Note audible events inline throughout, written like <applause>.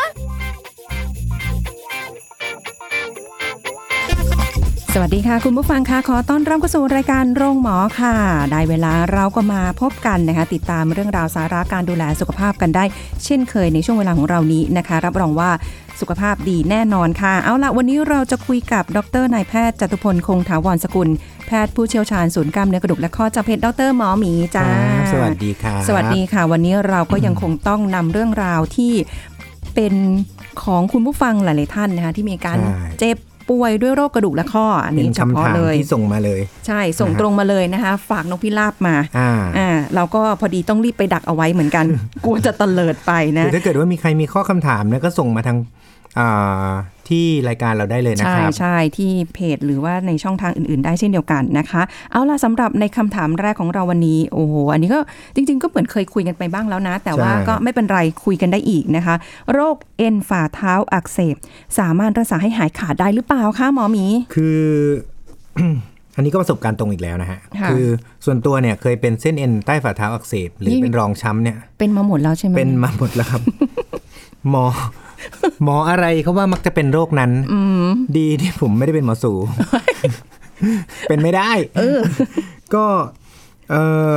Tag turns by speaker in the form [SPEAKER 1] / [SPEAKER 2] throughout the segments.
[SPEAKER 1] ล
[SPEAKER 2] สวัสดีค่ะ คุณผู้ฟังค่ะขอต้อนรับเข้าสู่รายการโรงหมอค่ะ ได้เวลาเราก็มาพบกันนะคะ ติดตามเรื่องราวสาระการดูแลสุขภาพกันได้ เช่นเคยในช่วงเวลาของเรานี้นะคะ รับรองว่าสุขภาพดีแน่นอนค่ะ เอาละวันนี้เราจะคุยกับดรนายแพทย์จตุพลคงถาวรสกุล แพทย์ผู้เชี่ยวชาญศูนย์กล้ามเนื้อกระดูกและข้อจับเพศดรหมอหมีจ้า
[SPEAKER 3] ครับสวัสดีครับ
[SPEAKER 2] สวัสดีค่ะ วันนี้เราก็ยังคงต้องนำเรื่องราวที่เป็นของคุณผู้ฟังหลาย ๆ ท่านนะคะที่มีการ
[SPEAKER 3] ใช่
[SPEAKER 2] เจ็บป่วยด้วยโรคกระดูกและข้อ อัน
[SPEAKER 3] เป็
[SPEAKER 2] นี้
[SPEAKER 3] น
[SPEAKER 2] เฉพาะ
[SPEAKER 3] คำถาม
[SPEAKER 2] เลย
[SPEAKER 3] ที่ส่งมาเลย
[SPEAKER 2] ใช่ส่ง
[SPEAKER 3] นะฮะ
[SPEAKER 2] ตรงมาเลย
[SPEAKER 3] <laughs>
[SPEAKER 2] นะคะ ฝากนกพิราบมา
[SPEAKER 3] อ่า
[SPEAKER 2] อ่าเราก็พอดีต้องรีบไปดักเอาไว้เหมือน
[SPEAKER 3] <laughs>
[SPEAKER 2] กัน กลัวจะตะเลิดไป
[SPEAKER 3] ห
[SPEAKER 2] นะ
[SPEAKER 3] รือถ้าเกิดว่ามีใครมีข้อคำถามนะก็ส่งมาทางอ่าที่รายการเราได้เลยนะ
[SPEAKER 2] ใช่
[SPEAKER 3] ครับ
[SPEAKER 2] ใช่ที่เพจหรือว่าในช่องทางอื่น ๆ ได้เช่นเดียวกันนะคะ เอาล่ะสำหรับในคำถามแรกของเราวันนี้โอ้โหอันนี้ก็จริง ๆ ก็เหมือนเคยคุยกันไปบ้างแล้วนะ แต่ว่า
[SPEAKER 3] ใช่
[SPEAKER 2] ก็ไม่เป็นไรคุยกันได้อีกนะคะ โรคเอ็นฝ่าเท้าอักเสบ สามารถรักษาให้หายขาดได้หรือเปล่าคะหมอหมี
[SPEAKER 3] คือ <coughs> อันนี้ก็ประสบการณ์ตรงอีกแล้วนะฮะ
[SPEAKER 2] ค่ะ
[SPEAKER 3] อส่วนตัวเนี่ยเคยเป็นเส้นเอ็นใต้ฝ่าเท้าอักเสบ หรือ
[SPEAKER 2] นี่
[SPEAKER 3] เป็นรองช้ำเนี่ย
[SPEAKER 2] เป็นมาหมดแล้วใช่ไหม
[SPEAKER 3] เป็นมาหมดแล้วครับ <laughs> หมอ หมออะไรเขาว่ามักจะเป็นโรคนั้นดีที่ผมไม่ได้เป็นหมอสู เป็นไม่ได้ก็เออ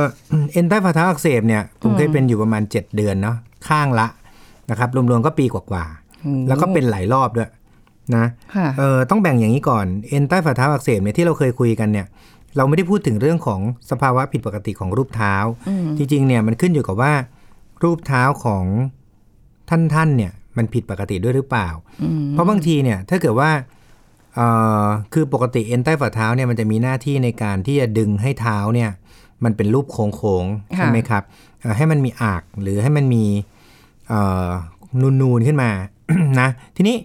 [SPEAKER 3] เอ็นใต้ฝ่าเท้าอักเสบเนี่ยผมเคยเป็นอยู่ประมาณ 7 เดือนเนาะข้างละนะครับ รวมๆก็ปีกว่าๆแล้วก็เป็นหลายรอบด้วยนะ
[SPEAKER 2] ค่ะ
[SPEAKER 3] เออต้องแบ่งอย่างนี้ก่อนเอ็นใต้ฝ่าเท้าอักเสบเนี่ยที่เราเคยคุยกันเนี่ย เราไม่ได้พูดถึงเรื่องของสภาวะผิดปกติของรูปเท้า จริงๆเนี่ยมันขึ้นอยู่กับว่า รูปเท้าของท่านท่านๆเนี่ยมันผิดปกติด้วยหรือเปล่า เพราะบางทีเนี่ยถ้าเกิดว่าเอ่อคือปกติเอ็นใต้ฝ่าเท้าเนี่ยมันจะมีหน้าที่ในการที่จะดึงให้เท้าเนี่ยมันเป็นรูปโค้งๆ
[SPEAKER 2] ค่ะ
[SPEAKER 3] ใช่ไหมครับเอ่อให้มันมีอากหรือให้มันมีเอ่อนูนๆขึ้นมา นะทีนี้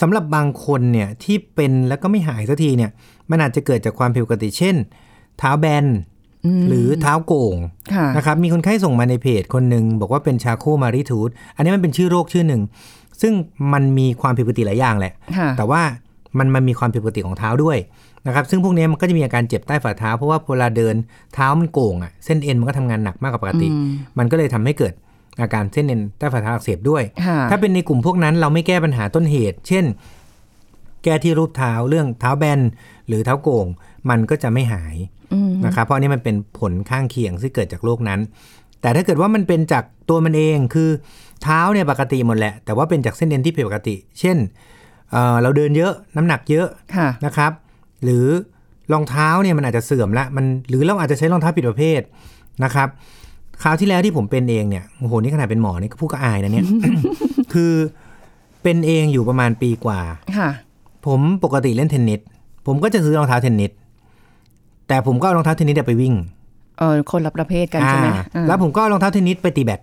[SPEAKER 3] สำหรับบางคนเนี่ยที่เป็นแล้วก็ไม่หายสักทีเนี่ยมันอาจจะเกิดจากความผิดปกติเช่น เท้าแบนหรือเท้าโก่ง
[SPEAKER 2] ค่ะ
[SPEAKER 3] นะครับมีคนไข้ส่งมาในเพจคนหนึ่งบอกว่าเป็นชาโคมาริทูดอันนี้มันเป็นชื่อโรคชื่อหนึ่ง ซึ่งมันมีความผิดปกติหลายอย่างแหละ
[SPEAKER 2] ค่ะ
[SPEAKER 3] แต่ว่ามันมันมีความผิดปกติของเท้าด้วยนะครับซึ่งพวกนี้มันก็จะมีอาการเจ็บใต้ฝ่าเท้า เพราะว่าเวลาเดินเท้ามันโก่งอะเส้นเอ็นมันก็ทำงานหนักมากกว่าปกติ มันก็เลยทำให้เกิดอาการเส้นเอ็นใต้ฝ่าเท้าอักเสบด้วย
[SPEAKER 2] ค่ะ
[SPEAKER 3] ถ้าเป็นในกลุ่มพวกนั้นเราไม่แก้ปัญหาต้นเหตุ เช่น แก้ที่รูปเท้าเรื่องเท้าแบนหรือเท้าโก่ง มันก็จะไม่หาย
[SPEAKER 2] อืม
[SPEAKER 3] นะครับเพราะอันนี่มันเป็นผลข้างเคียงที่เกิดจากโรคนั้น แต่ถ้าเกิดว่ามันเป็นจากตัวมันเองคือเท้าเนี่ยปกติหมดแหละ แต่ว่าเป็นจากเส้นเอ็นที่ผิดปกติ เช่นเอ่อเราเดินเยอะน้ำหนักเยอะ
[SPEAKER 2] ค่ะ
[SPEAKER 3] นะครับหรือรองเท้าเนี่ยมันอาจจะเสื่อมละมันหรือเราอาจจะใช้รองเท้าผิดประเภทนะครับคราวที่แล้วที่ผมเป็นเองเนี่ยโอ้โหนี่ขนาดเป็นหมอนี่ก็พูดก็อายนะเนี่ย <coughs> คือเป็นเองอยู่ประมาณปีกว่า
[SPEAKER 2] ค่ะ
[SPEAKER 3] ผมปกติเล่นเทนนิสผมก็จะซื้อรองเท้าเทนนิสแต่ผมก็เอารองเท้าเทนนิสเนี่ยไปวิ่ง
[SPEAKER 2] เออคนละประเภทกันใช่ไหม
[SPEAKER 3] อ่า
[SPEAKER 2] อ่า
[SPEAKER 3] แล้วผมก็เอารองเท้าเทนนิสไปตีแบด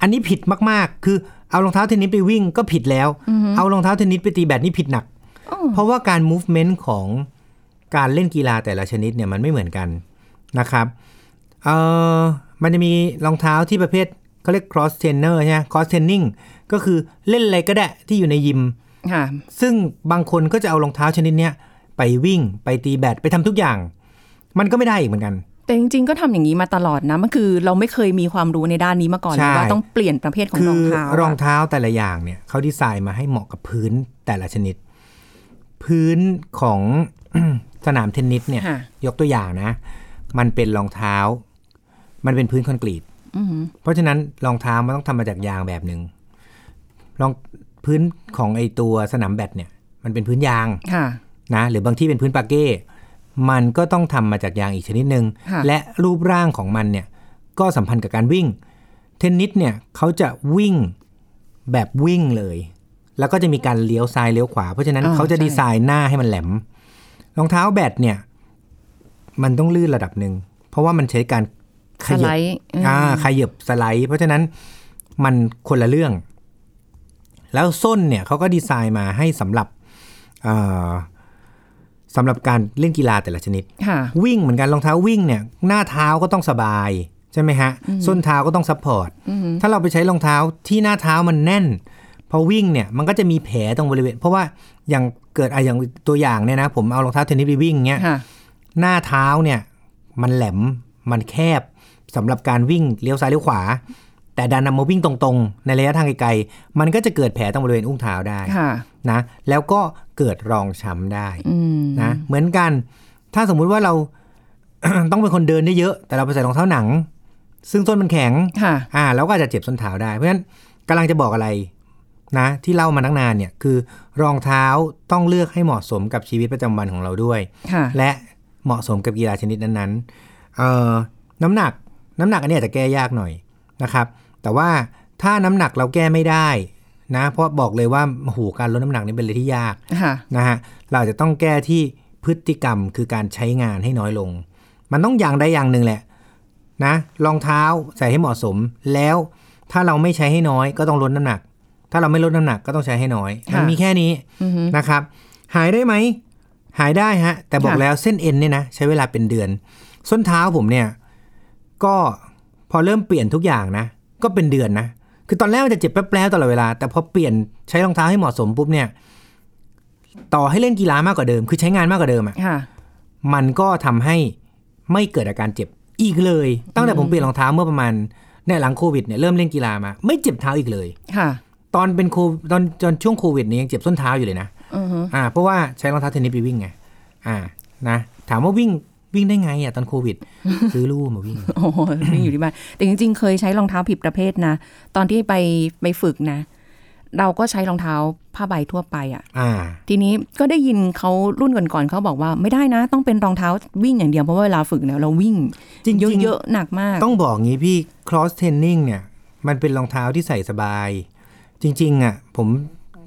[SPEAKER 3] อันนี้ผิดมากๆ คือเอารองเท้าเทนนิสไปวิ่งก็ผิดแล้ว เอารองเท้าเทนนิสไปตีแบดนี่ผิดหนัก
[SPEAKER 2] อ๋อ
[SPEAKER 3] เพราะว่าการ movement ของการเล่นกีฬาแต่ละชนิดเนี่ยมันไม่เหมือนกันนะครับ เอ่อ มันจะมีรองเท้าที่ประเภทเขาเรียก cross trainer ใช่ไหม cross training ก็คือเล่นอะไรก็ได้ที่อยู่ในยิม
[SPEAKER 2] ค่ะ
[SPEAKER 3] ซึ่งบางคนก็จะเอารองเท้าชนิดเนี้ยไปวิ่งไปตีแบดไปทำทุกอย่าง มันก็ไม่ได้อีกเหมือนกัน
[SPEAKER 2] แต่จริงๆ ก็ทำอย่างนี้มาตลอดนะ มันคือเราไม่เคยมีความรู้ในด้านนี้มาก่อนเล
[SPEAKER 3] ใช่
[SPEAKER 2] ยว่าต้องเปลี่ยนประเภทของ
[SPEAKER 3] คื
[SPEAKER 2] รองเท้าร ร
[SPEAKER 3] องเท้าแต่ละอย่างเนี่ยเขาดีไซน์มาให้เหมาะกับพื้นแต่ละชนิด พื้นของ <clears throat> สนามเทนนิสเนี่ย
[SPEAKER 2] ค่ะ
[SPEAKER 3] ยกตัวอย่างนะ มันเป็นรองเท้า มันเป็นพื้นคอนกรีตเพราะฉะนั้นรองเท้ามันต้องทำมาจากยางแบบหนึ่งรองพื้นของไอตัวสนามแบดเนี่ย มันเป็นพื้นยาง
[SPEAKER 2] ค่ะ
[SPEAKER 3] นะ หรือบางที่เป็นพื้นปาเก้ มันก็ต้องทำมาจากยางอีกชนิดหนึ่ง
[SPEAKER 2] ค่ะ
[SPEAKER 3] และรูปร่างของมันเนี่ย ก็สัมพันธ์กับการวิ่ง เทนนิสเนี่ยเขาจะวิ่งแบบวิ่งเลย แล้วก็จะมีการเลี้ยวซ้ายเลี้ยวขวา เพราะฉะนั้น
[SPEAKER 2] อ่า
[SPEAKER 3] เขาจะ
[SPEAKER 2] ใช่
[SPEAKER 3] ดีไซน์หน้าให้มันแหลม รองเท้าแบดเนี่ย มันต้องลื่นระดับหนึ่ง เพราะว่ามันใช้การข
[SPEAKER 2] สไล
[SPEAKER 3] ยับ
[SPEAKER 2] ด์เอออ
[SPEAKER 3] อ่าขยับสไลด์ เพราะฉะนั้นมันคนละเรื่อง แล้วส้นเนี่ยเขาก็ดีไซน์มาให้สำหรับ เอ่อสำหรับการเล่นกีฬาแต่ละชนิด
[SPEAKER 2] ค่ะ
[SPEAKER 3] วิ่งเหมือนกันรองเท้าวิ่งเนี่ยหน้าเท้าก็ต้องสบายใช่ไหมฮะส้นเท้าก็ต้องซัพพอร์ตถ้าเราไปใช้รองเท้าที่หน้าเท้ามันแน่น พอวิ่งเนี่ยมันก็จะมีแผลตรงบริเวณ เพราะว่าอย่างเกิดอะอย่างตัวอย่างเนี่ยนะผมเอารองเท้าเทนนิสไปวิ่งเนี่ย
[SPEAKER 2] ค่ะ
[SPEAKER 3] หน้าเท้าเนี่ยมันแหลมมันแคบสำหรับการวิ่งเลี้ยวซ้ายเลี้ยวขวา แต่ดันนำมาวิ่งตรงๆ ในระยะทางไกลๆมันก็จะเกิดแผลตรงบริเวณอุ้งเท้าได้
[SPEAKER 2] ค่ะ
[SPEAKER 3] นะแล้วก็เกิดรองช้ำได้
[SPEAKER 2] อืม
[SPEAKER 3] นะเหมือนกันถ้าสมมุติว่าเรา <coughs> ต้องเป็นคนเดินได้เยอะแต่เราไปใส่รองเท้าหนัง ซึ่งส้นมันแข็ง
[SPEAKER 2] ค่ะ
[SPEAKER 3] อ่าเราก็อาจจะเจ็บส้นเท้าได้ เพราะฉะนั้นกำลังจะบอกอะไรนะที่เล่ามาตั้งนานเนี่ยคือ รองเท้าต้องเลือกให้เหมาะสมกับชีวิตประจำวันของเราด้วย
[SPEAKER 2] ค่ะ
[SPEAKER 3] และเหมาะสมกับกีฬาชนิดนั้นๆเอ่อน้ำหนักน้ำหนักอันเนี้ยอาจจะแก้ยากหน่อยนะครับ แต่ว่าถ้าน้ำหนักเราแก้ไม่ได้นะเพราะบอกเลยว่าโอ้โหการลดน้ำหนักนี่เป็นอะไรที่ยาก
[SPEAKER 2] ค่ะ
[SPEAKER 3] นะฮะเราอาจจะต้องแก้ที่พฤติกรรมคือการใช้งานให้น้อยลง มันต้องอย่างใดอย่างหนึ่งแหละนะรองเท้าใส่ให้เหมาะสม แล้วถ้าเราไม่ใช้ให้น้อยก็ต้องลดน้ำหนัก ถ้าเราไม่ลดน้ำหนักก็ต้องใช้ให้น้อย
[SPEAKER 2] ค่ะ
[SPEAKER 3] มันมีแค่นี้
[SPEAKER 2] อือฮึ
[SPEAKER 3] นะครับ หายได้ไหม หายได้ฮะ แต่บอก
[SPEAKER 2] ค่ะ
[SPEAKER 3] แล้วเส้นเอ็นเนี่ยนะใช้เวลาเป็นเดือน ส้นเท้าผมเนี่ย ก็พอเริ่มเปลี่ยนทุกอย่างนะ ก็เป็นเดือนนะ คือตอนแรกมันจะเจ็บแป๊บๆตลอดเวลา แต่พอเปลี่ยนใช้รองเท้าให้เหมาะสมปุ๊บเนี่ย ต่อให้เล่นกีฬามากกว่าเดิม คือใช้งานมากกว่าเดิมอะ
[SPEAKER 2] ค่ะ
[SPEAKER 3] มันก็ทำให้ไม่เกิดอาการเจ็บอีกเลย ตั้งแต่ผมเปลี่ยนรองเท้าเมื่อประมาณเนี่ยหลังโควิดเนี่ยเริ่มเล่นกีฬามา ไม่เจ็บเท้าอีกเลย
[SPEAKER 2] ค่ะ
[SPEAKER 3] ตอนเป็นโคตอนตอนช่วงโควิดเนี่ยยังเจ็บส้นเท้าอยู่เลยนะ
[SPEAKER 2] อือฮึ
[SPEAKER 3] อ่าเพราะว่าใช้รองเท้าเทนนิสไปวิ่งไงอ่านะถามว่าวิ่งวิ่งได้ไงอ่ะตอนโค
[SPEAKER 2] <laughs>
[SPEAKER 3] วิด ซื้อลู่มาวิ่ง
[SPEAKER 2] โอ้โหวิ่งอยู่ที่บ้าน แต่จริง ๆ เคยใช้รองเท้าผิดประเภทนะ ตอนที่ไปไปฝึกนะ เราก็ใช้รองเท้าผ้าใบทั่วไปอ่ะ
[SPEAKER 3] อ่า
[SPEAKER 2] ทีนี้ก็ได้ยินเขารุ่นก่อนๆเขาบอกว่าไม่ได้นะ ต้องเป็นรองเท้าวิ่งอย่างเดียวเพราะว่าเวลาฝึกเนี่ยเราวิ่ง
[SPEAKER 3] จริงๆ
[SPEAKER 2] เยอะๆหนักมาก
[SPEAKER 3] ต้องบอกงี้พี่ cross training เนี่ย มันเป็นรองเท้าที่ใส่สบาย จริง ๆ อ่ะ ผม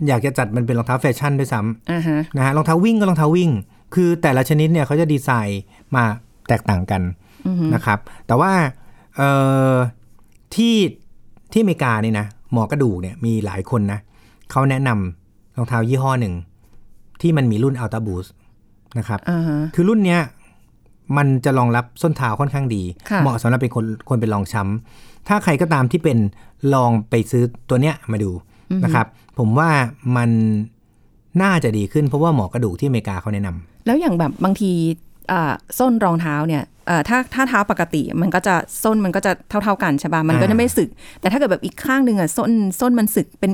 [SPEAKER 3] อยากจะจัดมันเป็นรองเท้าแฟชั่นด้วยซ้
[SPEAKER 2] อ่าฮะ
[SPEAKER 3] ำนะฮะรองเท้าวิ่งก็รองเท้าวิ่ง คือแต่ละชนิดเนี่ยเขาจะดีไซน์มาแตกต่างกัน
[SPEAKER 2] อือฮึ
[SPEAKER 3] นะครับ แต่ว่าเอ่อที่ที่อเมริกาเนี่ยนะหมอกระดูกเนี่ยมีหลายคนนะเขาแนะนำรองเท้ายี่ห้อหนึ่ง ที่มันมีรุ่นอัลต a าบูสนะครับ
[SPEAKER 2] อ่าฮะ
[SPEAKER 3] คือรุ่นเนี้ยมันจะรองรับส้นเท้าค่อนข้างดี
[SPEAKER 2] ค่ะ
[SPEAKER 3] เหมาะสำหรับเป็นคนคนเป็นรองช้ำถ้าใครก็ตามที่เป็นลองไปซื้อตัวเนี้ยมาดูนะครับ ผมว่ามันน่าจะดีขึ้นเพราะว่าหมอกระดูกที่อเมริกาเขาแนะนำ
[SPEAKER 2] แล้วอย่างแบบบางทีอ่าส้นรองเท้าเนี่ยเอ่อถ้าถ้าเท้าปกติมันก็จะส้นมันก็จะเท่า ๆกันใช่ป่ะมันก็จะไม่สึก แต่ถ้าเกิดแบบอีกข้างหนึ่งอ่ะส้นส้นมันสึกเป็น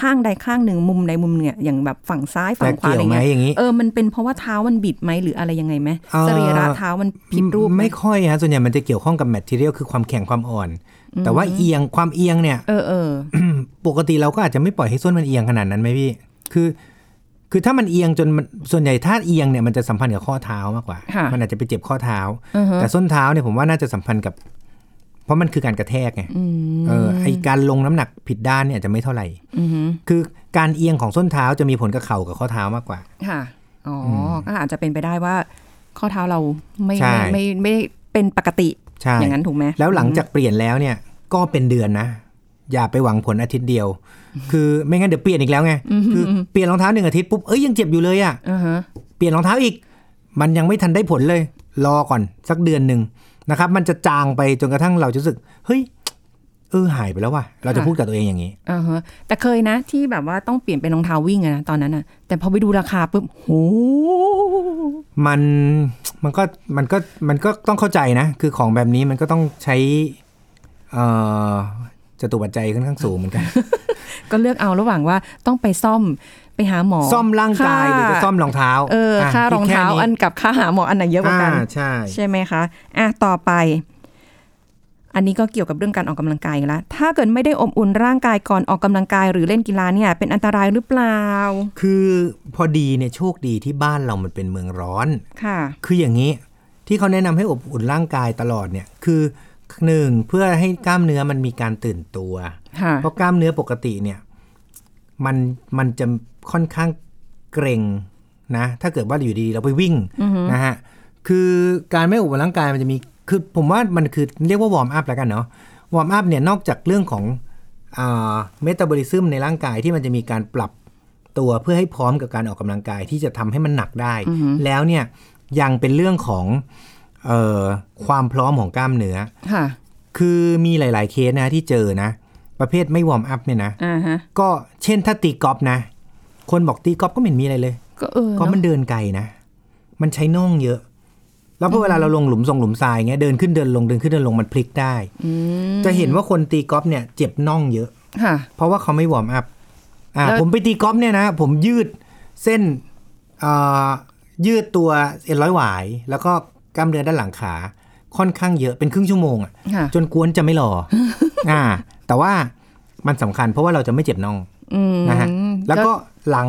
[SPEAKER 2] ข้างใดข้างหนึ่งมุมใดมุมเนี่ยอย่างแบบฝั่งซ้ายฝั่
[SPEAKER 3] แต่
[SPEAKER 2] งขวา
[SPEAKER 3] เกี่
[SPEAKER 2] อะ
[SPEAKER 3] ย
[SPEAKER 2] ไร
[SPEAKER 3] วไหม
[SPEAKER 2] เงี้ย
[SPEAKER 3] อย่างนี้
[SPEAKER 2] เออมันเป็นเพราะว่าเท้ามันบิดไหมหรืออะไรยังไงไหม
[SPEAKER 3] เอ่อ
[SPEAKER 2] สรีระเท้ามันผิดรูปไหม
[SPEAKER 3] ไม่ค่อยฮะส่วนใหญ่มันจะเกี่ยวข้องกับแมทเทียลคือความแข็งความอ่อน แต่ว่าเอียงความเอียงเนี่ย
[SPEAKER 2] เออเออ
[SPEAKER 3] ปกติเราก็อาจจะไม่ปล่อยให้ส้นมันเอียงขนาดนั้นไหมพี่ คือ คือถ้ามันเอียงจนมันส่วนใหญ่ถ้าเอียงเนี่ยมันจะสัมพันธ์กับข้อเท้ามากกว่า
[SPEAKER 2] ค่ะ
[SPEAKER 3] มันอาจจะไปเจ็บข้อเท้า
[SPEAKER 2] อือฮะ
[SPEAKER 3] แต่ส้นเท้าเนี่ยผมว่าน่าจะสัมพันธ์กับ เพราะมันคือการกระแทกไง
[SPEAKER 2] อืม
[SPEAKER 3] เออไอการลงน้ำหนักผิดด้านเนี่ยอาจจะไม่เท่าไหร่
[SPEAKER 2] อือฮึ
[SPEAKER 3] คือการเอียงของส้นเท้าจะมีผลกับเข่ากับข้อเท้ามากกว่า
[SPEAKER 2] ค่ะอ๋ออ
[SPEAKER 3] ม
[SPEAKER 2] ก็อาจจะเป็นไปได้ว่า ข้อเท้าเราไม่
[SPEAKER 3] ใช่
[SPEAKER 2] ไม่ไม่ไม่ได้เป็นปกติ
[SPEAKER 3] ใช่
[SPEAKER 2] อย่างนั้นถูกไหม
[SPEAKER 3] แล้วหลังจากเปลี่ยนแล้วเนี่ย ก็เป็นเดือนนะ อย่าไปหวังผลอาทิตย์เดียว คือไม่งั้นเดี๋ยวเปลี่ยนอีกแล้วไงคือเปลี่ยนรองเท้าหนึ่งอาทิตย์ปุ๊บเอ้ยยังเจ็บอยู่เลยอะ
[SPEAKER 2] อือฮะ
[SPEAKER 3] เปลี่ยนรองเท้าอีก มันยังไม่ทันได้ผลเลย รอก่อนสักเดือนหนึ่งนะครับ มันจะจางไปจนกระทั่งเราจะรู้สึก เฮ้ย เออหายไปแล้วว่ะ เราจะ
[SPEAKER 2] ค่ะ
[SPEAKER 3] พูดกับตัวเองอย่างนี้
[SPEAKER 2] อ่าฮะแต่เคยนะที่แบบว่าต้องเปลี่ยนเป็นรองเท้าวิ่งอะนะตอนนั้นอะแต่พอไปดูราคาปุ๊บโห
[SPEAKER 3] มันมันก็มันก็มันก็ต้องเข้าใจนะ คือของแบบนี้มันก็ต้องใช้เอ่อจตุปัจจัยค่อนข้างสูงเหมือนกัน
[SPEAKER 2] ก็เลือกเอาระหว่างว่าต้องไปซ่อมไปหาหมอ
[SPEAKER 3] ซ่อมร่างกายหรือจะซ่อมรองเท้า
[SPEAKER 2] เออค่า
[SPEAKER 3] ะ
[SPEAKER 2] รองเท้า
[SPEAKER 3] คิดแค่
[SPEAKER 2] อันกับค่าหาหมออันไหนเยอะกว่ากัน
[SPEAKER 3] อ่าใช่
[SPEAKER 2] ใช่ไหมคะ อ่ะ ต่อไป อันนี้ก็เกี่ยวกับเรื่องการออกกำลังกายอีกแล้ว ถ้าเกิดไม่ได้อบอุ่นร่างกายก่อนออกกำลังกายหรือเล่นกีฬาเนี่ย เป็นอันตรายหรือเปล่า
[SPEAKER 3] คือพอดีเนี่ยโชคดีที่บ้านเรามันเป็นเมืองร้อน
[SPEAKER 2] ค่ะ
[SPEAKER 3] คืออย่างนี้ที่เขาแนะนำให้อบอุ่นร่างกายตลอดเนี่ยคือหนึ่งเพื่อให้กล้ามเนื้อมันมีการตื่นตัว
[SPEAKER 2] ค่ะ
[SPEAKER 3] เพราะกล้ามเนื้อปกติเนี่ยมันมันจะค่อนข้างเกร็งนะถ้าเกิดว่าอยู่ดีๆเราไปวิ่งนะฮะคือการไม่อบอุ่นร่างกายมันจะมีคือผมว่ามันคือเรียกว่าวอร์มอัพแล้วกันเนาะวอร์มอัพเนี่ยนอกจากเรื่องของเมตาบอลิซึมในร่างกายที่มันจะมีการปรับ ตัวเพื่อให้พร้อมกับการออกกำลังกายที่จะทำให้มันหนักได้
[SPEAKER 2] อือฮึ
[SPEAKER 3] แล้วเนี่ยยังเป็นเรื่องของเออความพร้อมของกล้ามเนื้อ
[SPEAKER 2] ค่ะ
[SPEAKER 3] คือมีหลาย ๆ เคสนะที่เจอนะ ประเภทไม่วอร์มอัพเนี่ยนะ
[SPEAKER 2] อ่าฮะ
[SPEAKER 3] ก็เช่นถ้าตีกอล์ฟนะ คนบอกตีกอล์ฟก็ไม่เห็นมีอะไรเลย
[SPEAKER 2] ก็เออ
[SPEAKER 3] ก็มันเดินไกลนะ มันใช้น่องเยอะ แล้วพอเวลาเราลงหลุมทรงหลุมทรายเงี้ยเดินขึ้นเดินลงเดินขึ้นเดินลงมันพลิกได้
[SPEAKER 2] อืม
[SPEAKER 3] จะเห็นว่าคนตีกอล์ฟเนี่ยเจ็บน่องเยอะ
[SPEAKER 2] ค่ะ
[SPEAKER 3] เพราะว่าเขาไม่วอร์มอัพ อ่า
[SPEAKER 2] แล้ว
[SPEAKER 3] ผมไปตีกอล์ฟเนี่ยนะ ผมยืดเส้นเอ่อยืดตัวเอ็นร้อยหวาย แล้วก็กล้ามเนื้อด้านหลังขาค่อนข้างเยอะเป็นครึ่งชั่วโมงอะ
[SPEAKER 2] ค่ะ
[SPEAKER 3] จนกวนจะไม่หล่อ อ่า แต่ว่ามันสำคัญเพราะว่าเราจะไม่เจ็บน่อง
[SPEAKER 2] อืม
[SPEAKER 3] นะฮะแล้วก็หลัง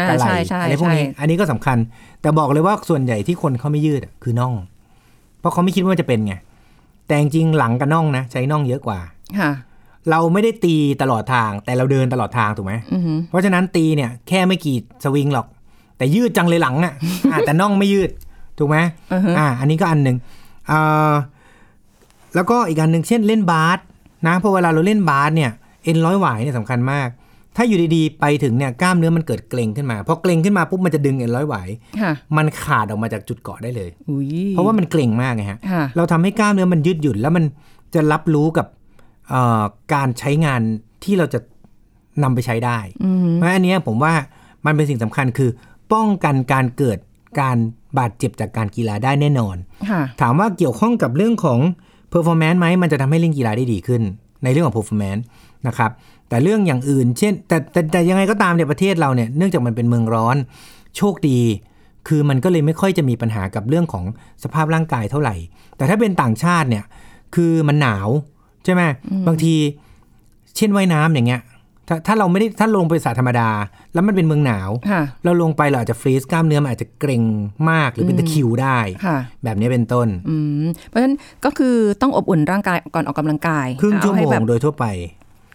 [SPEAKER 2] อ่า
[SPEAKER 3] กับไหล่
[SPEAKER 2] ใช่ใช่
[SPEAKER 3] อะไรพวกนี้
[SPEAKER 2] ใช่
[SPEAKER 3] อันนี้ก็สำคัญ แต่บอกเลยว่าส่วนใหญ่ที่คนเขาไม่ยืดอะคือน่อง เพราะเขาไม่คิดว่ามันจะเป็นไง แต่จริงๆหลังกับน่องนะใช้น่องเยอะกว่า
[SPEAKER 2] ค่ะ
[SPEAKER 3] เราไม่ได้ตีตลอดทางแต่เราเดินตลอดทางถูกไหม
[SPEAKER 2] อือหือ
[SPEAKER 3] เพราะฉะนั้นตีเนี่ยแค่ไม่กี่สวิงหรอก แต่ยืดจังเลยหลังอะ <laughs> อ่ะ แต่น่องไม่ยืดถูกไหม
[SPEAKER 2] อือหือ
[SPEAKER 3] อ่า อันนี้ก็อันหนึ่งเอ่อแล้วก็อีกอันหนึ่งเช่นเล่นบาสนะเพอเวลาเราเล่นบาสเนี่ยเอ็นร้อยหวายเนี่ยสำคัญมาก ถ้าอยู่ดีๆไปถึงเนี่ยกล้ามเนื้อมันเกิดเกร็งขึ้นมาพอเกร็งขึ้นมาปุ๊บมันจะดึงเอ็นร้อยหวาย
[SPEAKER 2] ค่ะ
[SPEAKER 3] มันขาดออกมาจากจุดเกาะได้เลย
[SPEAKER 2] อุ้ย
[SPEAKER 3] เพราะว่ามันเกร็งมากไงฮะ
[SPEAKER 2] ค่ะ
[SPEAKER 3] เราทำให้กล้ามเนื้อมันยืดหยุ่นแล้วมันจะรับรู้กับเอ่อการใช้งานที่เราจะนำไปใช้ได้
[SPEAKER 2] อืม
[SPEAKER 3] เพราะอันเนี้ยผมว่ามันเป็นสิ่งสำคัญคือ ป้องกันการเกิดการบาดเจ็บจากการกีฬาได้แน่นอน
[SPEAKER 2] ค่ะ
[SPEAKER 3] ถามว่าเกี่ยวข้องกับเรื่องของ performance ไหมมันจะทำให้เล่นกีฬาได้ดีขึ้น ในเรื่องของ performance นะครับ แต่เรื่องอย่างอื่น เช่น แต่แต่แต่ยังไงก็ตามเนี่ยประเทศเราเนี่ยเนื่องจากมันเป็นเมืองร้อน โชคดี คือมันก็เลยไม่ค่อยจะมีปัญหากับเรื่องของสภาพร่างกายเท่าไหร่ แต่ถ้าเป็นต่างชาติเนี่ย คือมันหนาวใช่ไหมบางที เช่นว่ายน้ำอย่างเงี้ยถ้าถ้าเราไม่ได้ถ้าลงไปสระธรรมดา แล้วมันเป็นเมืองหนาว
[SPEAKER 2] ค่ะ
[SPEAKER 3] เราลงไปเราอาจจะฟรีซกล้ามเนื้อมันอาจจะเกร็งมากหรือเป็นตะคริวได้
[SPEAKER 2] ค่ะ
[SPEAKER 3] แบบนี้เป็นต้น
[SPEAKER 2] อืม เพราะฉะนั้นก็คือต้องอบอุ่นร่างกายก่อนออกกำลังกาย
[SPEAKER 3] ครึ่งชั่ว
[SPEAKER 2] เอา
[SPEAKER 3] โม
[SPEAKER 2] ให้
[SPEAKER 3] ง
[SPEAKER 2] แบบ
[SPEAKER 3] โดยทั่วไป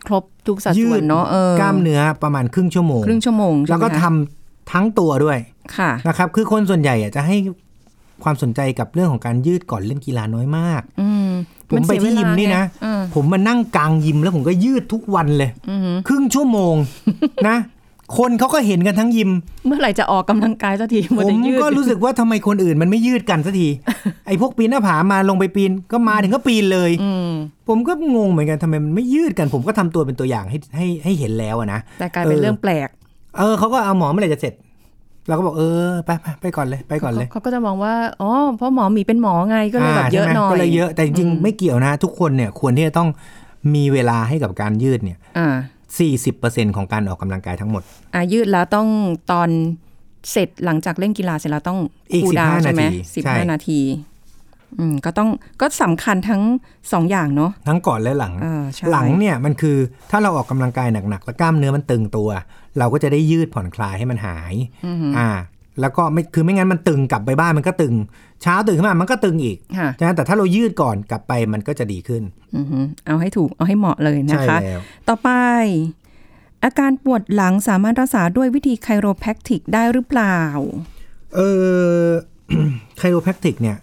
[SPEAKER 2] ครบทุกสัด
[SPEAKER 3] ยื
[SPEAKER 2] ส่วน
[SPEAKER 3] ด
[SPEAKER 2] เนาะเออก
[SPEAKER 3] ล้ามเนื้อประมาณครึ่งชั่วโมง
[SPEAKER 2] ครึ่งชั่วโมงใช่ไหม
[SPEAKER 3] แล้วก็
[SPEAKER 2] คะ
[SPEAKER 3] ทำทั้งตัวด้วย
[SPEAKER 2] ค่ะ
[SPEAKER 3] นะครับ คือคนส่วนใหญ่อะจะให้ความสนใจกับเรื่องของการยืดก่อนเล่นกีฬาน้อยมาก
[SPEAKER 2] อืม
[SPEAKER 3] ผมไปที่ยิมนี่นะ
[SPEAKER 2] เสียเวลาไงเออ
[SPEAKER 3] ผมมานั่งกลางยิมแล้วผมก็ยืดทุกวันเลย
[SPEAKER 2] อืม
[SPEAKER 3] ครึ่งชั่วโม
[SPEAKER 2] <laughs>
[SPEAKER 3] ง นะ คนเขาก็เห็นกันทั้งยิม
[SPEAKER 2] เมื่อไหร่จะออกกำลังกายสักที
[SPEAKER 3] ผ
[SPEAKER 2] นจะ
[SPEAKER 3] ม
[SPEAKER 2] ยืด
[SPEAKER 3] ก็รู้สึกว่าทำไมคนอื่นมันไม่ยืดกันสักที
[SPEAKER 2] <laughs>
[SPEAKER 3] ไอ้พวกปีนหน้าผามาลงไปปีนก็มาถึงก็ปีนเลย
[SPEAKER 2] อืม
[SPEAKER 3] ผมก็งงเหมือนกันทำไมมันไม่ยืดกัน ผมก็ทำตัวเป็นตัวอย่างให้ให้ให้เห็นแล้วอะนะ
[SPEAKER 2] แต่กลายเป็น
[SPEAKER 3] เออ
[SPEAKER 2] เรื่องแปลก
[SPEAKER 3] เออเขาก็เอาหมอเมื่อไหร่จะเสร็จ เราก็บอกเออไปไปไปก่อนเลยไปก่อนเลย
[SPEAKER 2] เขาก็จะมองว่าอ๋อเพราะหมอหมีเป็นหมอไงก็เลยแบบ
[SPEAKER 3] า
[SPEAKER 2] เยอะ
[SPEAKER 3] ใช่ไห
[SPEAKER 2] ห
[SPEAKER 3] ม
[SPEAKER 2] น่อย
[SPEAKER 3] ก็เลยเยอะแต่จริงๆไม่เกี่ยวนะ ทุกคนเนี่ยควรที่จะต้องมีเวลาให้กับการยืดเนี่ย
[SPEAKER 2] อ่า
[SPEAKER 3] 40%ของการออกกำลังกายทั้งหมด
[SPEAKER 2] อ่ะยืดแล้วต้องตอนเสร็จหลังจากเล่นกีฬาเสร็จแล้วต้อง
[SPEAKER 3] อีก
[SPEAKER 2] คูลดาวน์
[SPEAKER 3] 15
[SPEAKER 2] ใช่ไหม
[SPEAKER 3] นาที
[SPEAKER 2] สิบ
[SPEAKER 3] ใช่
[SPEAKER 2] ห้านาที อืมก็ต้องก็สำคัญทั้งสองอย่างเนาะ
[SPEAKER 3] ทั้งก่อนและหลัง
[SPEAKER 2] เออใช่
[SPEAKER 3] หลังเนี่ยมันคือถ้าเราออกกำลังกายหนักๆแล้วกล้ามเนื้อมันตึงตัว เราก็จะได้ยืดผ่อนคลายให้มันหาย
[SPEAKER 2] อือหือ
[SPEAKER 3] อ่า แล้วก็ไม่คือไม่งั้นมันตึงกลับไปบ้านมันก็ตึง เช้าตื่นขึ้นมามันก็ตึงอีก
[SPEAKER 2] ค่ะ
[SPEAKER 3] นะแต่ถ้าเรายืดก่อนกลับไปมันก็จะดีขึ้น
[SPEAKER 2] อือหือเอาให้ถูกเอาให้เหมาะเลยนะ
[SPEAKER 3] ใช่
[SPEAKER 2] คะ
[SPEAKER 3] แล้ว
[SPEAKER 2] ต่อไป อาการปวดหลังสามารถรักษาด้วยวิธีไคโรแพคติกได้หรือเปล่า
[SPEAKER 3] เออ <clears throat> ไคโรแพคติกเนี่ย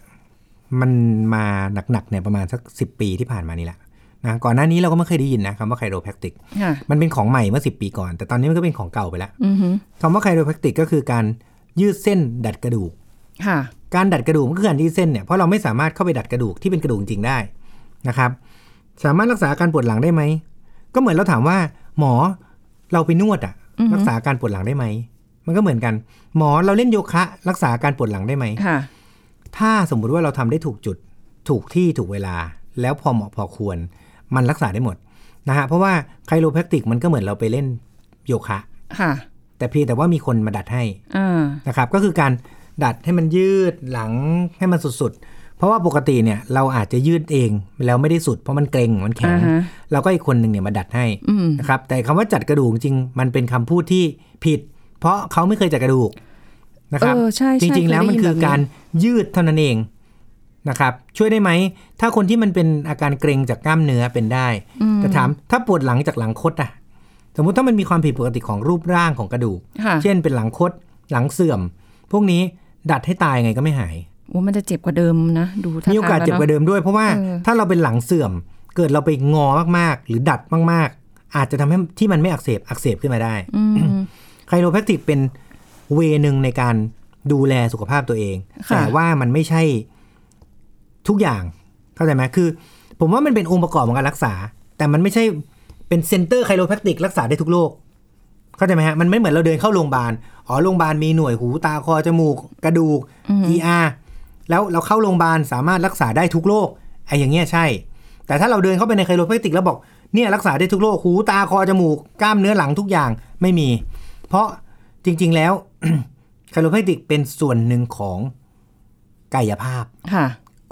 [SPEAKER 3] มันมาหนักๆเนี่ยประมาณสักสิปีที่ผ่านมานี่แหละนะก่อนหน้านี้เราก็ไม่เคยได้ยินนะคำว่าไคโรแพคติก
[SPEAKER 2] ค่ะ
[SPEAKER 3] มันเป็นของใหม่เมื่อ 10 ปีก่อน แต่ตอนนี้มันก็เป็นของเก่าไปแล้ว
[SPEAKER 2] อือหือ
[SPEAKER 3] คำว่าไคโรแพคติกก็คือการยืดเส้นดัดกระดูก
[SPEAKER 2] ค่ะ
[SPEAKER 3] การดัดกระดูกมันคือการยืดเส้นเนี่ยเพราะเราไม่สามารถเข้าไปดัดกระดูกที่เป็นกระดูกจริงๆได้นะครับ สามารถรักษาอาการปวดหลังได้ไหมก็เหมือนเราถามว่า หมอเราไปนวดอะ
[SPEAKER 2] อือฮึ
[SPEAKER 3] รักษาอาการปวดหลังได้ไหมมันก็เหมือนกัน หมอเราเล่นโยคะ รักษาอาการปวดหลังได้ไหม
[SPEAKER 2] ค่ะ
[SPEAKER 3] ถ้าสมมุติว่าเราทำได้ถูกจุดถูกที่ถูกเวลา แล้วพอเหมาะพอควร มันรักษาได้หมดนะฮะเพราะว่าไคโรแพคติกมันก็เหมือนเราไปเล่นโยคะ
[SPEAKER 2] ค่ะ
[SPEAKER 3] แต่เพียงแต่ว่ามีคนมาดัดให้
[SPEAKER 2] อ่า
[SPEAKER 3] นะครับ ก็คือการดัดให้มันยืดหลังให้มันสุดๆ เพราะว่าปกติเนี่ยเราอาจจะยืดเองแล้วไม่ได้สุดเพราะมันเกร็งมันแข็ง
[SPEAKER 2] อ่าฮะ
[SPEAKER 3] เราก็อีกคนหนึ่งเนี่ยมาดัดให้
[SPEAKER 2] อืม
[SPEAKER 3] นะครับ แต่คำว่าจัดกระดูกจริงๆมันเป็นคำพูดที่ผิด เพราะเขาไม่เคยจัดกระดูกนะครับ
[SPEAKER 2] เออใช่ใช่
[SPEAKER 3] จริง ๆ แล้วมันคือการยืดเท่านั้นเองนะครับ ช่วยได้ไหม ถ้าคนที่มันเป็นอาการเกร็งจากกล้ามเนื้อเป็นได้ แต่ถามถ้าปวดหลังจากหลังคดอะสมมุติถ้ามันมีความผิดปกติของรูปร่างของกระดูก
[SPEAKER 2] ค่ะ
[SPEAKER 3] เช่นเป็นหลังคดหลังเสื่อม พวกนี้ดัดให้ตายยังไงก็ไม่หาย
[SPEAKER 2] โอ้มันจะเจ็บกว่าเดิมนะ ดูท่
[SPEAKER 3] มีโอกาส
[SPEAKER 2] ทง
[SPEAKER 3] เจ็บกว่า
[SPEAKER 2] แล้
[SPEAKER 3] เดิมด้วยเพราะว่า
[SPEAKER 2] เออ
[SPEAKER 3] ถ้าเราเป็นหลังเสื่อม เกิดเราไปงอมากๆ หรือดัดมากๆ อาจจะทำให้ที่มันไม่อักเสบอักเสบขึ้นมาได้
[SPEAKER 2] อืม
[SPEAKER 3] ไค คลโรแพคติกเป็นเวนึงในการดูแลสุขภาพตัวเอง
[SPEAKER 2] ค่ะ
[SPEAKER 3] แต่ว่ามันไม่ใช่ทุกอย่าง เข้าใจไหมคือ ผมว่ามันเป็นองค์ประกอบของการรักษา แต่มันไม่ใช่เป็นเซ็นเตอร์ไคโรแพคติกรักษาได้ทุกโรค เข้าใจไหมฮะ มันไม่เหมือนเราเดินเข้าโรงพยาบาล อ๋อ โรงพยาบาลมีหน่วยหูตาคอจมูก กระดูก ER แล้วเราเข้าโรงพยาบาลสามารถรักษาได้ทุกโรค ไอ้อย่างเงี้ยใช่ แต่ถ้าเราเดินเข้าไปในไคโรแพคติกแล้วบอก เนี่ยรักษาได้ทุกโรค หูตาคอจมูก กล้ามเนื้อหลังทุกอย่างไม่มี เพราะจริง ๆ แล้ว <clears throat> ไคโรแพคติกเป็นส่วนหนึ่งของกายภาพ
[SPEAKER 2] ค่ะ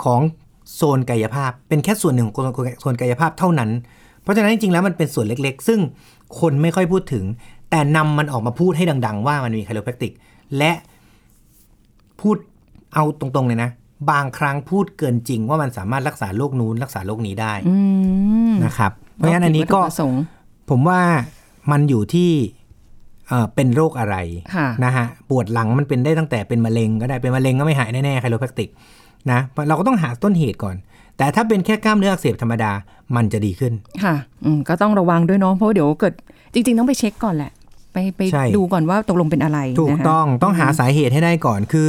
[SPEAKER 3] ของโซนกายภาพ เป็นแค่ส่วนหนึ่งของโซนกายภาพเท่านั้น เพราะฉะนั้นจริงๆแล้วมันเป็นส่วนเล็กๆ ซึ่งคนไม่ค่อยพูดถึง แต่นำมันออกมาพูดให้ดัง ๆ ว่ามันมีไคโรแพคติก และพูดเอาตรงๆเลยนะ บางครั้งพูดเกินจริงว่ามันสามารถรักษาโรคนู้นรักษาโรคนี้ได้
[SPEAKER 2] อืม
[SPEAKER 3] นะครับเพราะฉะนั้นอันนี้ก็
[SPEAKER 2] วัตถุประสงค์
[SPEAKER 3] ผมว่ามันอยู่ที่เอ่อเป็นโรคอะไร
[SPEAKER 2] ค่ะ
[SPEAKER 3] นะฮะปวดหลังมันเป็นได้ตั้งแต่เป็นมะเร็งก็ได้เป็นมะเร็งก็ไม่หายแน่ๆไคโรแพคติกนะเราก็ต้องหาต้นเหตุก่อน แต่ถ้าเป็นแค่กล้ามเนื้ออักเสบธรรมดามันจะดีขึ้น
[SPEAKER 2] ค่ะอืมก็ต้องระวังด้วยเนาะเพราะว่าเดี๋ยวเกิดจริง ๆ ต้องไปเช็คก่อนแหละ ไปไป
[SPEAKER 3] ใช่
[SPEAKER 2] ดูก่อนว่าตกลงเป็นอะไร
[SPEAKER 3] ถูก
[SPEAKER 2] นะคะ
[SPEAKER 3] ต้องต้องหาสาเหตุให้ได้ก่อนคือ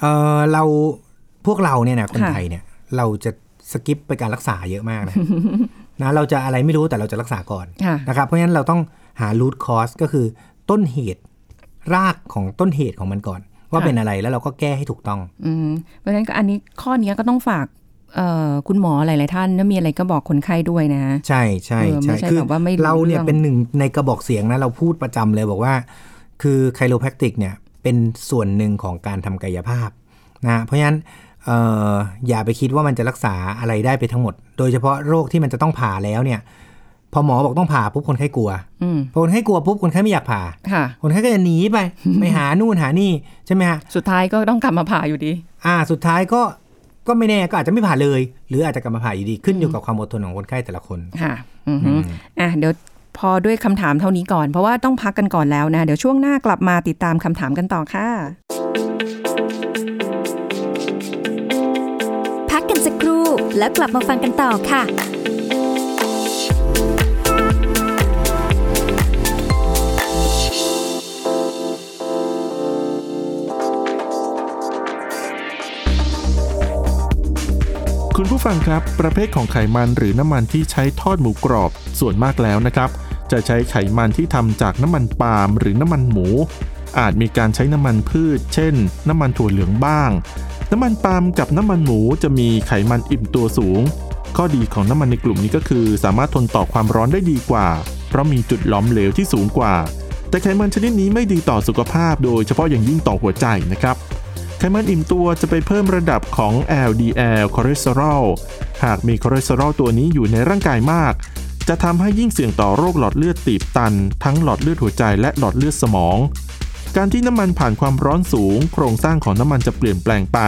[SPEAKER 3] เออเราพวกเราเนี่ยนะคน
[SPEAKER 2] ค่ะ
[SPEAKER 3] ไทยเนี่ย เราจะสกิปไปการรักษาเยอะมาก
[SPEAKER 2] <laughs>
[SPEAKER 3] นะ นะเราจะอะไรไม่รู้แต่เราจะรักษาก่อน
[SPEAKER 2] ค่ะ
[SPEAKER 3] นะครับเพราะฉะนั้นเราต้องหา root cause ก็คือต้นเหตุรากของต้นเหตุของมันก่อน ว่า
[SPEAKER 2] ค่ะ
[SPEAKER 3] เป็นอะไรแล้วเราก็แก้ให้ถูกต้อง
[SPEAKER 2] อืมเพราะฉะนั้นก็อันนี้ข้อเนี้ยก็ต้องฝากเอ่อคุณหมอหลาย ๆ ท่านถ้ามีอะไรก็บอกคนไข้ด้วยนะ
[SPEAKER 3] ใช่ใช่
[SPEAKER 2] เออไม่
[SPEAKER 3] ใช่
[SPEAKER 2] ใช่
[SPEAKER 3] คื
[SPEAKER 2] แบบว่าไม่รู้
[SPEAKER 3] เราเนี่ย
[SPEAKER 2] เรื่อง
[SPEAKER 3] เป็นหนึ่งในกระบอกเสียงนะเราพูดประจำเลยบอกว่า คือไคโรแพคติกเนี่ยเป็นส่วนหนึ่งของการทำกายภาพนะเพราะฉะนั้นเอ่ออย่าไปคิดว่ามันจะรักษาอะไรได้ไปทั้งหมด โดยเฉพาะโรคที่มันจะต้องผ่าแล้วเนี่ยพอหมอบอกต้องผ่าปุ๊บคนไข้กลัว
[SPEAKER 2] อืม
[SPEAKER 3] พอคนไข้กลัวปุ๊บคนไข้ไม่อยากผ่า
[SPEAKER 2] ค่ะ
[SPEAKER 3] คนไข้ก็จะหนีไปไปหานู่นหานี่ใช่ไหมฮะ
[SPEAKER 2] สุดท้ายก็ต้องกลับมาผ่าอยู่ดี
[SPEAKER 3] อ่าสุดท้ายก็ก็ไม่แน่ก็อาจจะไม่ผ่าเลย หรืออาจจะกลับมาผ่าอยู่ดีขึ้นอยู่กับความอดทนของคนไข้แต่ละคน
[SPEAKER 2] ค่ะอือฮึอ่ะเดี๋ยวพอด้วยคำถามเท่านี้ก่อน เพราะว่าต้องพักกันก่อนแล้วนะ เดี๋ยวช่วงหน้ากลับมาติดตามคำถามกันต่อค่ะ
[SPEAKER 1] พักกันสักครู่แล้วกลับมาฟังกันต่อค่ะ
[SPEAKER 4] คุณผู้ฟังครับ ประเภทของไขมันหรือน้ำมันที่ใช้ทอดหมูกรอบส่วนมากแล้วนะครับ จะใช้ไขมันที่ทำจากน้ำมันปาล์มหรือน้ำมันหมู อาจมีการใช้น้ำมันพืช เช่น น้ำมันถั่วเหลืองบ้าง น้ำมันปาล์มกับน้ำมันหมูจะมีไขมันอิ่มตัวสูง ข้อดีของน้ำมันในกลุ่มนี้ก็คือ สามารถทนต่อความร้อนได้ดีกว่า เพราะมีจุดหลอมเหลวที่สูงกว่า แต่ไขมันชนิดนี้ไม่ดีต่อสุขภาพ โดยเฉพาะอย่างยิ่งต่อหัวใจนะครับ ไขมันอิ่มตัวจะไปเพิ่มระดับของ LDL คอเลสเตอรอล หากมีคอเลสเตอรอลตัวนี้อยู่ในร่างกายมาก จะทำให้ยิ่งเสี่ยงต่อโรคหลอดเลือดตีบตัน ทั้งหลอดเลือดหัวใจและหลอดเลือดสมอง การที่น้ำมันผ่านความร้อนสูง โครงสร้างของน้ำมันจะเปลี่ยนแปลงไป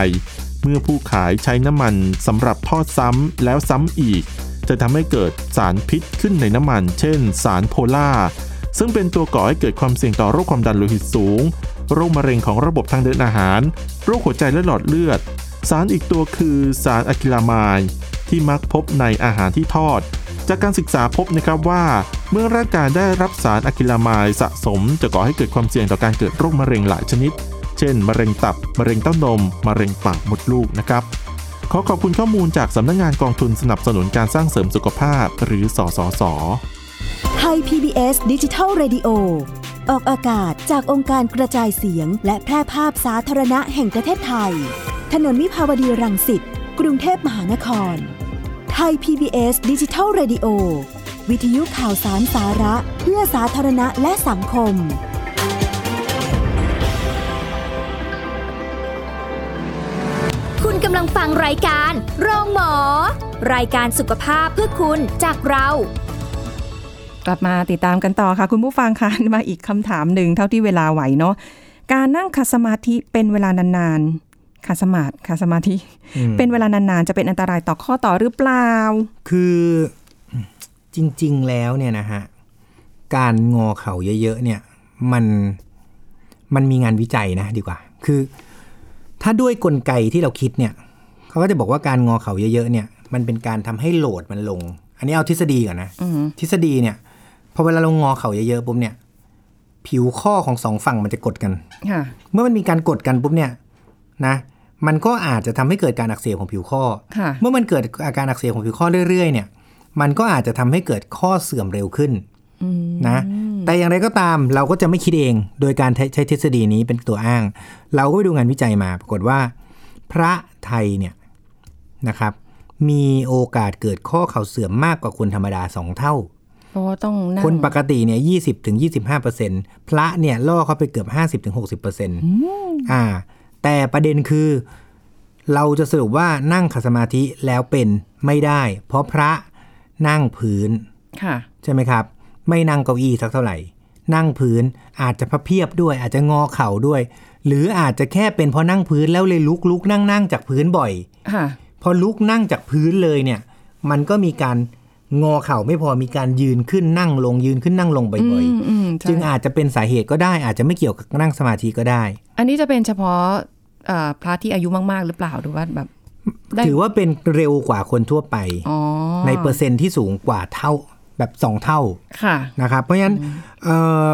[SPEAKER 4] เมื่อผู้ขายใช้น้ำมันสำหรับทอดซ้ำแล้วซ้ำอีก จะทำให้เกิดสารพิษขึ้นในน้ำมัน เช่น สารโพล่า ซึ่งเป็นตัวก่อให้เกิดความเสี่ยงต่อโรคความดันโลหิตสูง โรคมะเร็งของระบบทางเดินอาหาร โรคหัวใจและหลอดเลือด สารอีกตัวคือสารอะคริลามายที่มักพบในอาหารที่ทอด จากการศึกษาพบนะครับว่า เมื่อร่างกายได้รับสารอะคริลามายสะสม จะก่อให้เกิดความเสี่ยงต่อการเกิดโรคมะเร็งหลายชนิด เช่น มะเร็งตับ มะเร็งเต้านม มะเร็งปากมดลูกนะครับ ขอขอบคุณข้อมูลจากสำนักงานกองทุนสนับสนุนการสร้างเสริมสุขภาพ หรือสสส
[SPEAKER 5] ไทย PBS ดิจิทัล Radio ออกอากาศจากองค์การกระจายเสียง และแพร่ภาพสาธารณะแห่งประเทศไทย ถนนมิภาวดีรังสิต กรุงเทพมหานคร ไทย PBS ดิจิทัล Radio วิทยุข่าวสารสาระเพื่อสาธารณะและสังคม
[SPEAKER 1] คุณกำลังฟังรายการ โรงหมอ รายการสุขภาพเพื่อคุณจากเรา
[SPEAKER 2] กลับมาติดตามกันต่อค่ะ คุณผู้ฟังค่ะ มาอีกคำถามหนึ่งเท่าที่เวลาไหวเนาะการนั่งขัดสมาธิเป็นเวลานานๆขัดสมาธิขัดสมาธิ
[SPEAKER 3] อืม
[SPEAKER 2] เป็นเวลานานๆจะเป็นอันตรายต่อข้อต่อหรือเปล่า
[SPEAKER 3] คือจริง ๆ แล้วเนี่ยนะฮะการงอเข่าเยอะ ๆ เนี่ยมันมันมีงานวิจัยนะดีกว่า คือถ้าด้วยกลไกที่เราคิดเนี่ยเขาก็จะบอกว่าการงอเข่าเยอะๆเนี่ยมันเป็นการทำให้โหลดมันลง อันนี้เอาทฤษฎีก่อนนะทฤษฎีเนี่ยพอเวลาเรางอเข่าเยอะๆปุ๊บเนี่ย ผิวข้อของสองฝั่งมันจะกดกัน
[SPEAKER 2] ค่ะ
[SPEAKER 3] เมื่อมันมีการกดกันปุ๊บเนี่ยนะ มันก็อาจจะทำให้เกิดการอักเสบของผิวข้อ
[SPEAKER 2] ค่ะ
[SPEAKER 3] เมื่อมันเกิดอาการอักเสบของผิวข้อเรื่อยๆเนี่ย มันก็อาจจะทำให้เกิดข้อเสื่อมเร็วขึ้นนะ แต่อย่างไรก็ตามเราก็จะไม่คิดเอง โดยการใช้ใช้ทฤษฎีนี้เป็นตัวอ้าง เราก็ไปดูงานวิจัยมาปรากฏว่า พระไทยเนี่ยนะครับ มีโอกาสเกิดข้อเข่าเสื่อมมากกว่าคนธรรมดาสองเท่า
[SPEAKER 2] เพราะว่าต้องนั่ง
[SPEAKER 3] คนปกติเนี่ยยี่สิบถึงยี่สิบห้าเปอร์เซ็นต์พระเนี่ยล่อเข้าไปเกือบห้าสิบถึงหกสิบเปอร์เซ็นต์อ่า แต่ประเด็นคือ เราจะสรุปว่านั่งขัดสมาธิแล้วเป็นไม่ได้ เพราะพระนั่งพื้น
[SPEAKER 2] ค่ะ
[SPEAKER 3] ใช่ไหมครับ ไม่นั่งเก้าอี้สักเท่าไหร่ นั่งพื้นอาจจะพับเพียบด้วย อาจจะงอเข่าด้วย หรืออาจจะแค่เป็นเพราะนั่งพื้นแล้วเลยลุกลุกนั่งนั่งจากพื้นบ่อย
[SPEAKER 2] ค่ะ
[SPEAKER 3] พอลุกนั่งจากพื้นเลยเนี่ย มันก็มีการงอเข่าไม่พอมีการยืนขึ้นนั่งลงยืนขึ้นนั่งลงบ่อย
[SPEAKER 2] อืมอืม
[SPEAKER 3] ๆ
[SPEAKER 2] ใช่
[SPEAKER 3] จึงอาจจะเป็นสาเหตุก็ได้ อาจจะไม่เกี่ยวกับนั่งสมาธิก็ได้
[SPEAKER 2] อันนี้จะเป็นเฉพาะเอ่อพระที่อายุมาก ๆ หรือเปล่าหรือว่าแบบ ได้
[SPEAKER 3] ถือว่าเป็นเร็วกว่าคนทั่วไป
[SPEAKER 2] อ๋อ
[SPEAKER 3] ในเปอร์เซ็นต์ที่สูงกว่าเท่าแบบสองเท่า
[SPEAKER 2] ค่ะ
[SPEAKER 3] นะครับเพราะฉะนั้นเอ่อ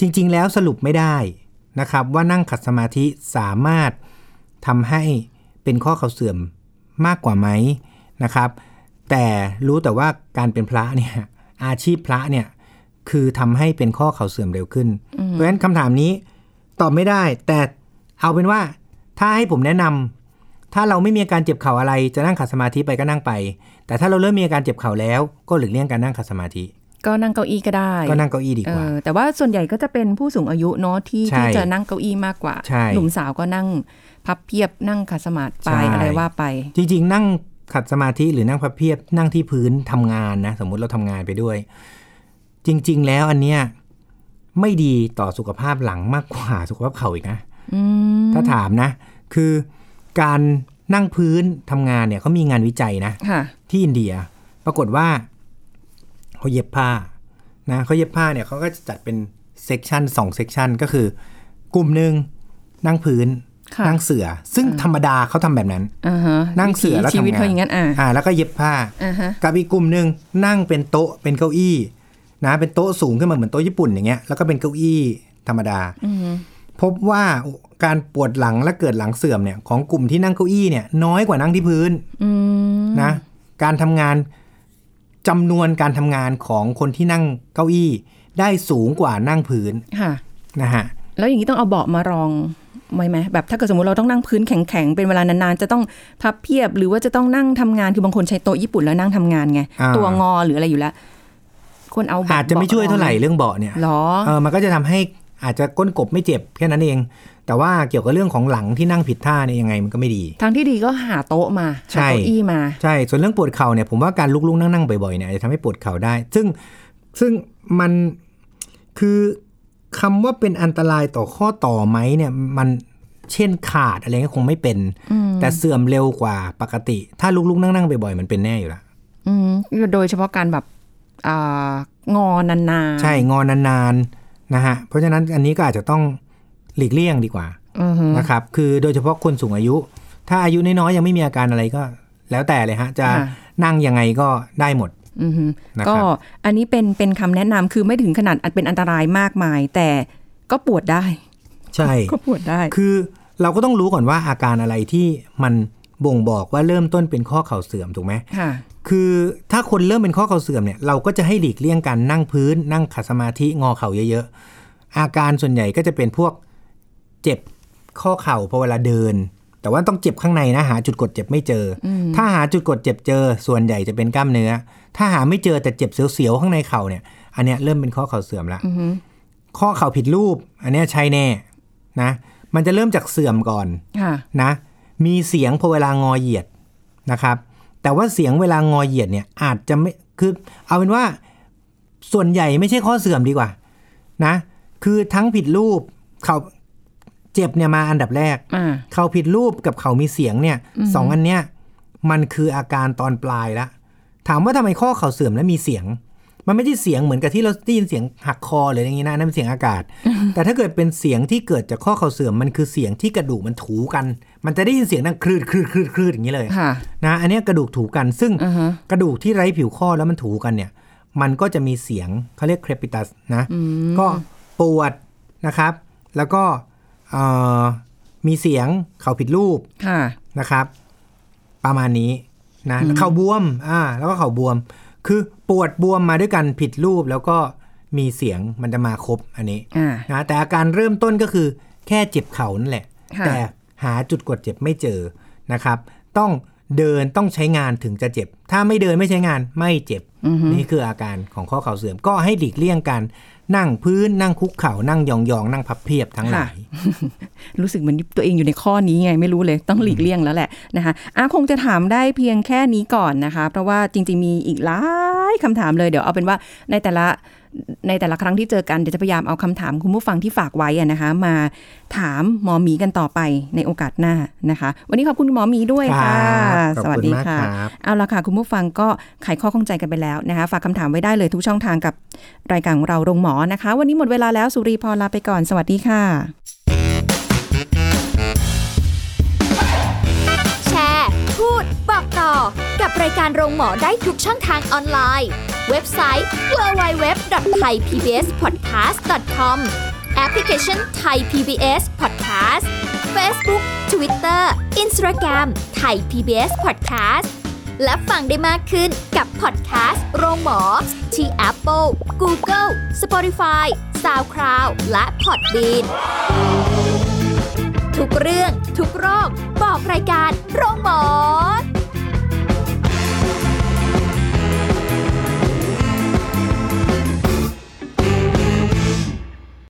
[SPEAKER 3] จริง ๆ แล้วสรุปไม่ได้นะครับ ว่านั่งขัดสมาธิสามารถทำให้เป็นข้อเข่าเสื่อมมากกว่าไหมนะครับ แต่รู้แต่ว่าการเป็นพระเนี่ยอาชีพพระเนี่ยคือทำให้เป็นข้อเข่าเสื่อมเร็วขึ้น เพราะฉะนั้นคำถามนี้ตอบไม่ได้ แต่เอาเป็นว่าถ้าให้ผมแนะนำถ้าเราไม่มีอาการเจ็บเข่าอะไรจะนั่งขัดสมาธิไปก็นั่งไป แต่ถ้าเราเริ่มมีอาการเจ็บเข่าแล้วก็หลีกเลี่ยงการนั่งขัดสมาธิ
[SPEAKER 2] ก็นั่งเก้าอี้ก็ได้
[SPEAKER 3] ก็นั่งเก้าอี้ดี
[SPEAKER 2] เอก
[SPEAKER 3] ว่า
[SPEAKER 2] อแต่ว่าส่วนใหญ่ก็จะเป็นผู้สูงอายุเนาะที่
[SPEAKER 3] ใช่
[SPEAKER 2] ที่จะนั่งเก้าอี้มากกว่า
[SPEAKER 3] ใช่
[SPEAKER 2] หนุ่มสาวก็นั่งพับเพียบนั่งขัดสมาธิไป
[SPEAKER 3] ใช่
[SPEAKER 2] อะไรว่าไป
[SPEAKER 3] จริงๆ นั่งขัดสมาธิหรือนั่งพับเพียบนั่งที่พื้นทำงานนะ สมมุติเราทำงานไปด้วย จริง ๆ แล้วอันเนี้ยไม่ดีต่อสุขภาพหลังมากกว่าสุขภาพเข่าอีกนะ
[SPEAKER 2] อืม
[SPEAKER 3] ถ้าถามนะ คือการนั่งพื้นทำงานเนี่ยเขามีงานวิจัยนะ
[SPEAKER 2] ค่ะ
[SPEAKER 3] ที่อินเดียปรากฏว่าเขาเย็บผ้านะเขาเย็บผ้าเนี่ยเขาก็จะจัดเป็นเซกชันสองเซกชันก็คือกลุ่มหนึ่งนั่งพื้น
[SPEAKER 2] ค่ะ
[SPEAKER 3] นั่งเสือ ซึ่งธรรมดาเขาทำแบบนั้น
[SPEAKER 2] อ่าฮะ
[SPEAKER 3] นั่งเสือแล้ว
[SPEAKER 2] ถีชีวิต
[SPEAKER 3] ทำงาน
[SPEAKER 2] เธออย่างนั้นอ่า
[SPEAKER 3] อ่าแล้วก็เย็บผ้า
[SPEAKER 2] อ่าฮะ
[SPEAKER 3] กับอีกกลุ่มหนึ่งนั่งเป็นโต๊ะเป็นเก้าอี้นะเป็นโต๊ะสูงขึ้นมาเหมือนโต๊ะญี่ปุ่นอย่างเงี้ยแล้วก็เป็นเก้าอี้ธรรมดา พบว่าการปวดหลังและเกิดหลังเสื่อมเนี่ยของกลุ่มที่นั่งเก้าอี้เนี่ยน้อยกว่านั่งที่พื้น
[SPEAKER 2] อืม
[SPEAKER 3] นะการทำงานจำนวนการทำงานของคนที่นั่งเก้าอี้ ได้สูงกว่านั่งพื้น
[SPEAKER 2] ค่ะ
[SPEAKER 3] นะฮะ
[SPEAKER 2] แล้วอย่างนี้ต้องเอาเบาะมารองไหมไหมแบบถ้าเกิดสมมติเราต้องนั่งพื้นแข็งๆเป็นเวลานานๆจะต้องพับเพียบหรือว่าจะต้องนั่งทำงานคือบางคนใช้โต๊ะญี่ปุ่นแล้วนั่งทำงานไง
[SPEAKER 3] า
[SPEAKER 2] ตัวงอหรืออะไรอยู่แล้วควรเอาเบ
[SPEAKER 3] อาจจะไม่ช่วยเท่าไหร่เรื่องเบาะเนี่ย
[SPEAKER 2] หรอ
[SPEAKER 3] เออมันก็จะทำให้อาจจะก้นกบไม่เจ็บแค่นั้นเอง แต่ว่าเกี่ยวกับเรื่องของหลังที่นั่งผิดท่าเนี่ยยังไงมันก็ไม่ดี
[SPEAKER 2] ทางที่ดีก็หาโต๊ะมา
[SPEAKER 3] ใช่
[SPEAKER 2] หาเก้าอี้มา
[SPEAKER 3] ใช่ ส่วนเรื่องปวดเข่าเนี่ยผมว่าการลุกๆนั่งๆบ่อยๆเนี่ยอาจจะทำให้ปวดเข่าได้ ซึ่งซึ่งมันคือคำว่าเป็นอันตรายต่อข้อต่อไหมเนี่ยมันเช่นขาดอะไรเงี้ยคงไม่เป็น แต่เสื่อมเร็วกว่าปกติ ถ้าลุกๆนั่งๆบ่อยๆมันเป็นแน่อยู่ละ
[SPEAKER 2] อืมโดยเฉพาะการแบบอางอนานๆ
[SPEAKER 3] ใช่งอนานๆนะฮะเพราะฉะนั้นอันนี้ก็อาจจะต้องหลีกเลี่ยงดีกว่า
[SPEAKER 2] อือฮึ
[SPEAKER 3] นะครับ คือโดยเฉพาะคนสูงอายุ ถ้าอายุน้อยๆยังไม่มีอาการอะไรก็ แล้วแต่เลยฮะ จะนั่งยังไงก็ได้หมด
[SPEAKER 2] อือฮึ
[SPEAKER 3] นะครับ
[SPEAKER 2] ก็อันนี้เป็นเป็นคำแนะนำคือไม่ถึงขนาดอันเป็นอันตรายมากมาย แต่ก็ปวดได้
[SPEAKER 3] ใช่
[SPEAKER 2] ก็ปวดได้
[SPEAKER 3] คือเราก็ต้องรู้ก่อนว่าอาการอะไรที่มันบ่งบอกว่าเริ่มต้นเป็นข้อเข่าเสื่อมถูกไหม
[SPEAKER 2] ค่ะ
[SPEAKER 3] คือถ้าคนเริ่มเป็นข้อเข่าเสื่อมเนี่ยเราก็จะให้หลีกเลี่ยงการนั่งพื้น นั่งขัดสมาธิงอเข่าเยอะๆ อาการส่วนใหญ่ก็จะเป็นพวกเจ็บข้อเข่าพอเวลาเดิน แต่ว่าต้องเจ็บข้างในนะหาจุดกดเจ็บไม่เจออถ้าหาจุดกดเจ็บเจอ ส่วนใหญ่จะเป็นกล้ามเนื้อ ถ้าหาไม่เจอแต่เจ็บเสียวๆข้างในเข่าเนี่ย อันเนี้ยเริ่มเป็นข้อเข่าเสื่อมละข้อเข่าผิดรูป อันเนี้ยใช่แน่นะมันจะเริ่มจากเสื่อมก่อน
[SPEAKER 2] ค่ะ
[SPEAKER 3] นะมีเสียงพอเวลางอเหยียดนะครับ แต่ว่าเสียงเวลางอเหยียดเนี่ยอาจจะไม่คือเอาเป็นว่าส่วนใหญ่ไม่ใช่ข้อเสื่อมดีกว่านะคือทั้งผิดรูปเขาเจ็บเนี่ยมาอันดับแรก
[SPEAKER 2] อ่า
[SPEAKER 3] เขาผิดรูปกับเขามีเสียงเนี่ยสองอันเนี้ยมันคืออาการตอนปลายละถามว่าทำไมข้อเข่าเสื่อมแล้วมีเสียง มันไม่ใช่เสียงเหมือนกับที่เราได้ยินเสียงหักคอหรืออะไรอย่างงี้นะนั่นเป็นเสียงอากาศ แต่ถ้าเกิดเป็นเสียงที่เกิดจากข้อเข่าเสื่อมมันคือเสียงที่กระดูกมันถูกัน มันจะได้ยินเสียงดังคลืดคลืดคลืดคลืดอย่างนี้เลย
[SPEAKER 2] ค่ะ
[SPEAKER 3] นะอันเนี้ยกระดูกถูกัน ซึ่ง
[SPEAKER 2] อือฮะ
[SPEAKER 3] กระดูกที่ไร้ผิวข้อแล้วมันถูกันเนี่ย มันก็จะมีเสียงเขาเรียกเครปิตัสนะก็ปวด นะครับ แล้วก็เอ่อมีเสียงเขาผิดรูป
[SPEAKER 2] ค่ะ
[SPEAKER 3] นะครับ ประมาณนี้นะเข่าบวมอ่าแล้วก็เข่าบวม คือปวดบวมมาด้วยกันผิดรูปแล้วก็มีเสียงมันจะมาครบอันนี้
[SPEAKER 2] อ่า
[SPEAKER 3] นะแต่อาการเริ่มต้นก็คือแค่เจ็บเข่านั่นแหละ
[SPEAKER 2] ค่ะ
[SPEAKER 3] แต่หาจุดกดเจ็บไม่เจอนะครับ ต้องเดินต้องใช้งานถึงจะเจ็บ ถ้าไม่เดินไม่ใช้งานไม่เจ็บ นี่คืออาการของข้อเข่าเสื่อมก็ให้หลีกเลี่ยงการนั่งพื้นนั่งคุกเข่านั่งยองๆนั่งพับเพียบทั้งหลาย
[SPEAKER 2] รู้สึกเหมือนตัวเองอยู่ในข้อนี้ไงไม่รู้เลยต้องหลีกเลี่ยงแล้วแหละนะคะอาคงจะถามได้เพียงแค่นี้ก่อนนะคะ เพราะว่าจริง ๆ มีอีกหลายคำถามเลยเดี๋ยวเอาเป็นว่าในแต่ละในแต่ละครั้งที่เจอกันเดี๋ยวจะพยายามเอาคำถามคุณผู้ฟังที่ฝากไว้อะนะคะ มาถามหมอหมีกันต่อไปในโอกาสหน้านะคะ วันนี้ขอบคุณหมอหมีด้วยค่ะ
[SPEAKER 3] ครับขอบคุณ
[SPEAKER 2] สวัสดีค่ะ
[SPEAKER 3] มากครับ
[SPEAKER 2] เอาละค่ะ คุณผู้ฟังก็ไขข้อข้องใจกันไปแล้วนะคะ ฝากคำถามไว้ได้เลยทุกช่องทางกับรายการของเราโรงหมอนะคะ วันนี้หมดเวลาแล้วสุรีพรลาไปก่อนสวัสดีค่ะ
[SPEAKER 1] แชร์ พูด บอกต่อ กับรายการโรงหมอได้ทุกช่องทางออนไลน์ เว็บไซต์ www.thaipbspodcast.com แอปพลิเคชัน Thai PBS Podcast Facebook Twitter Instagram Thai PBS Podcast และฟังได้มากขึ้นกับพอดแคสต์โรงหมอ ที่ Apple, Google, Spotify, SoundCloud และ Podbean ทุกเรื่องทุกโรค บอกรายการโรงหมอ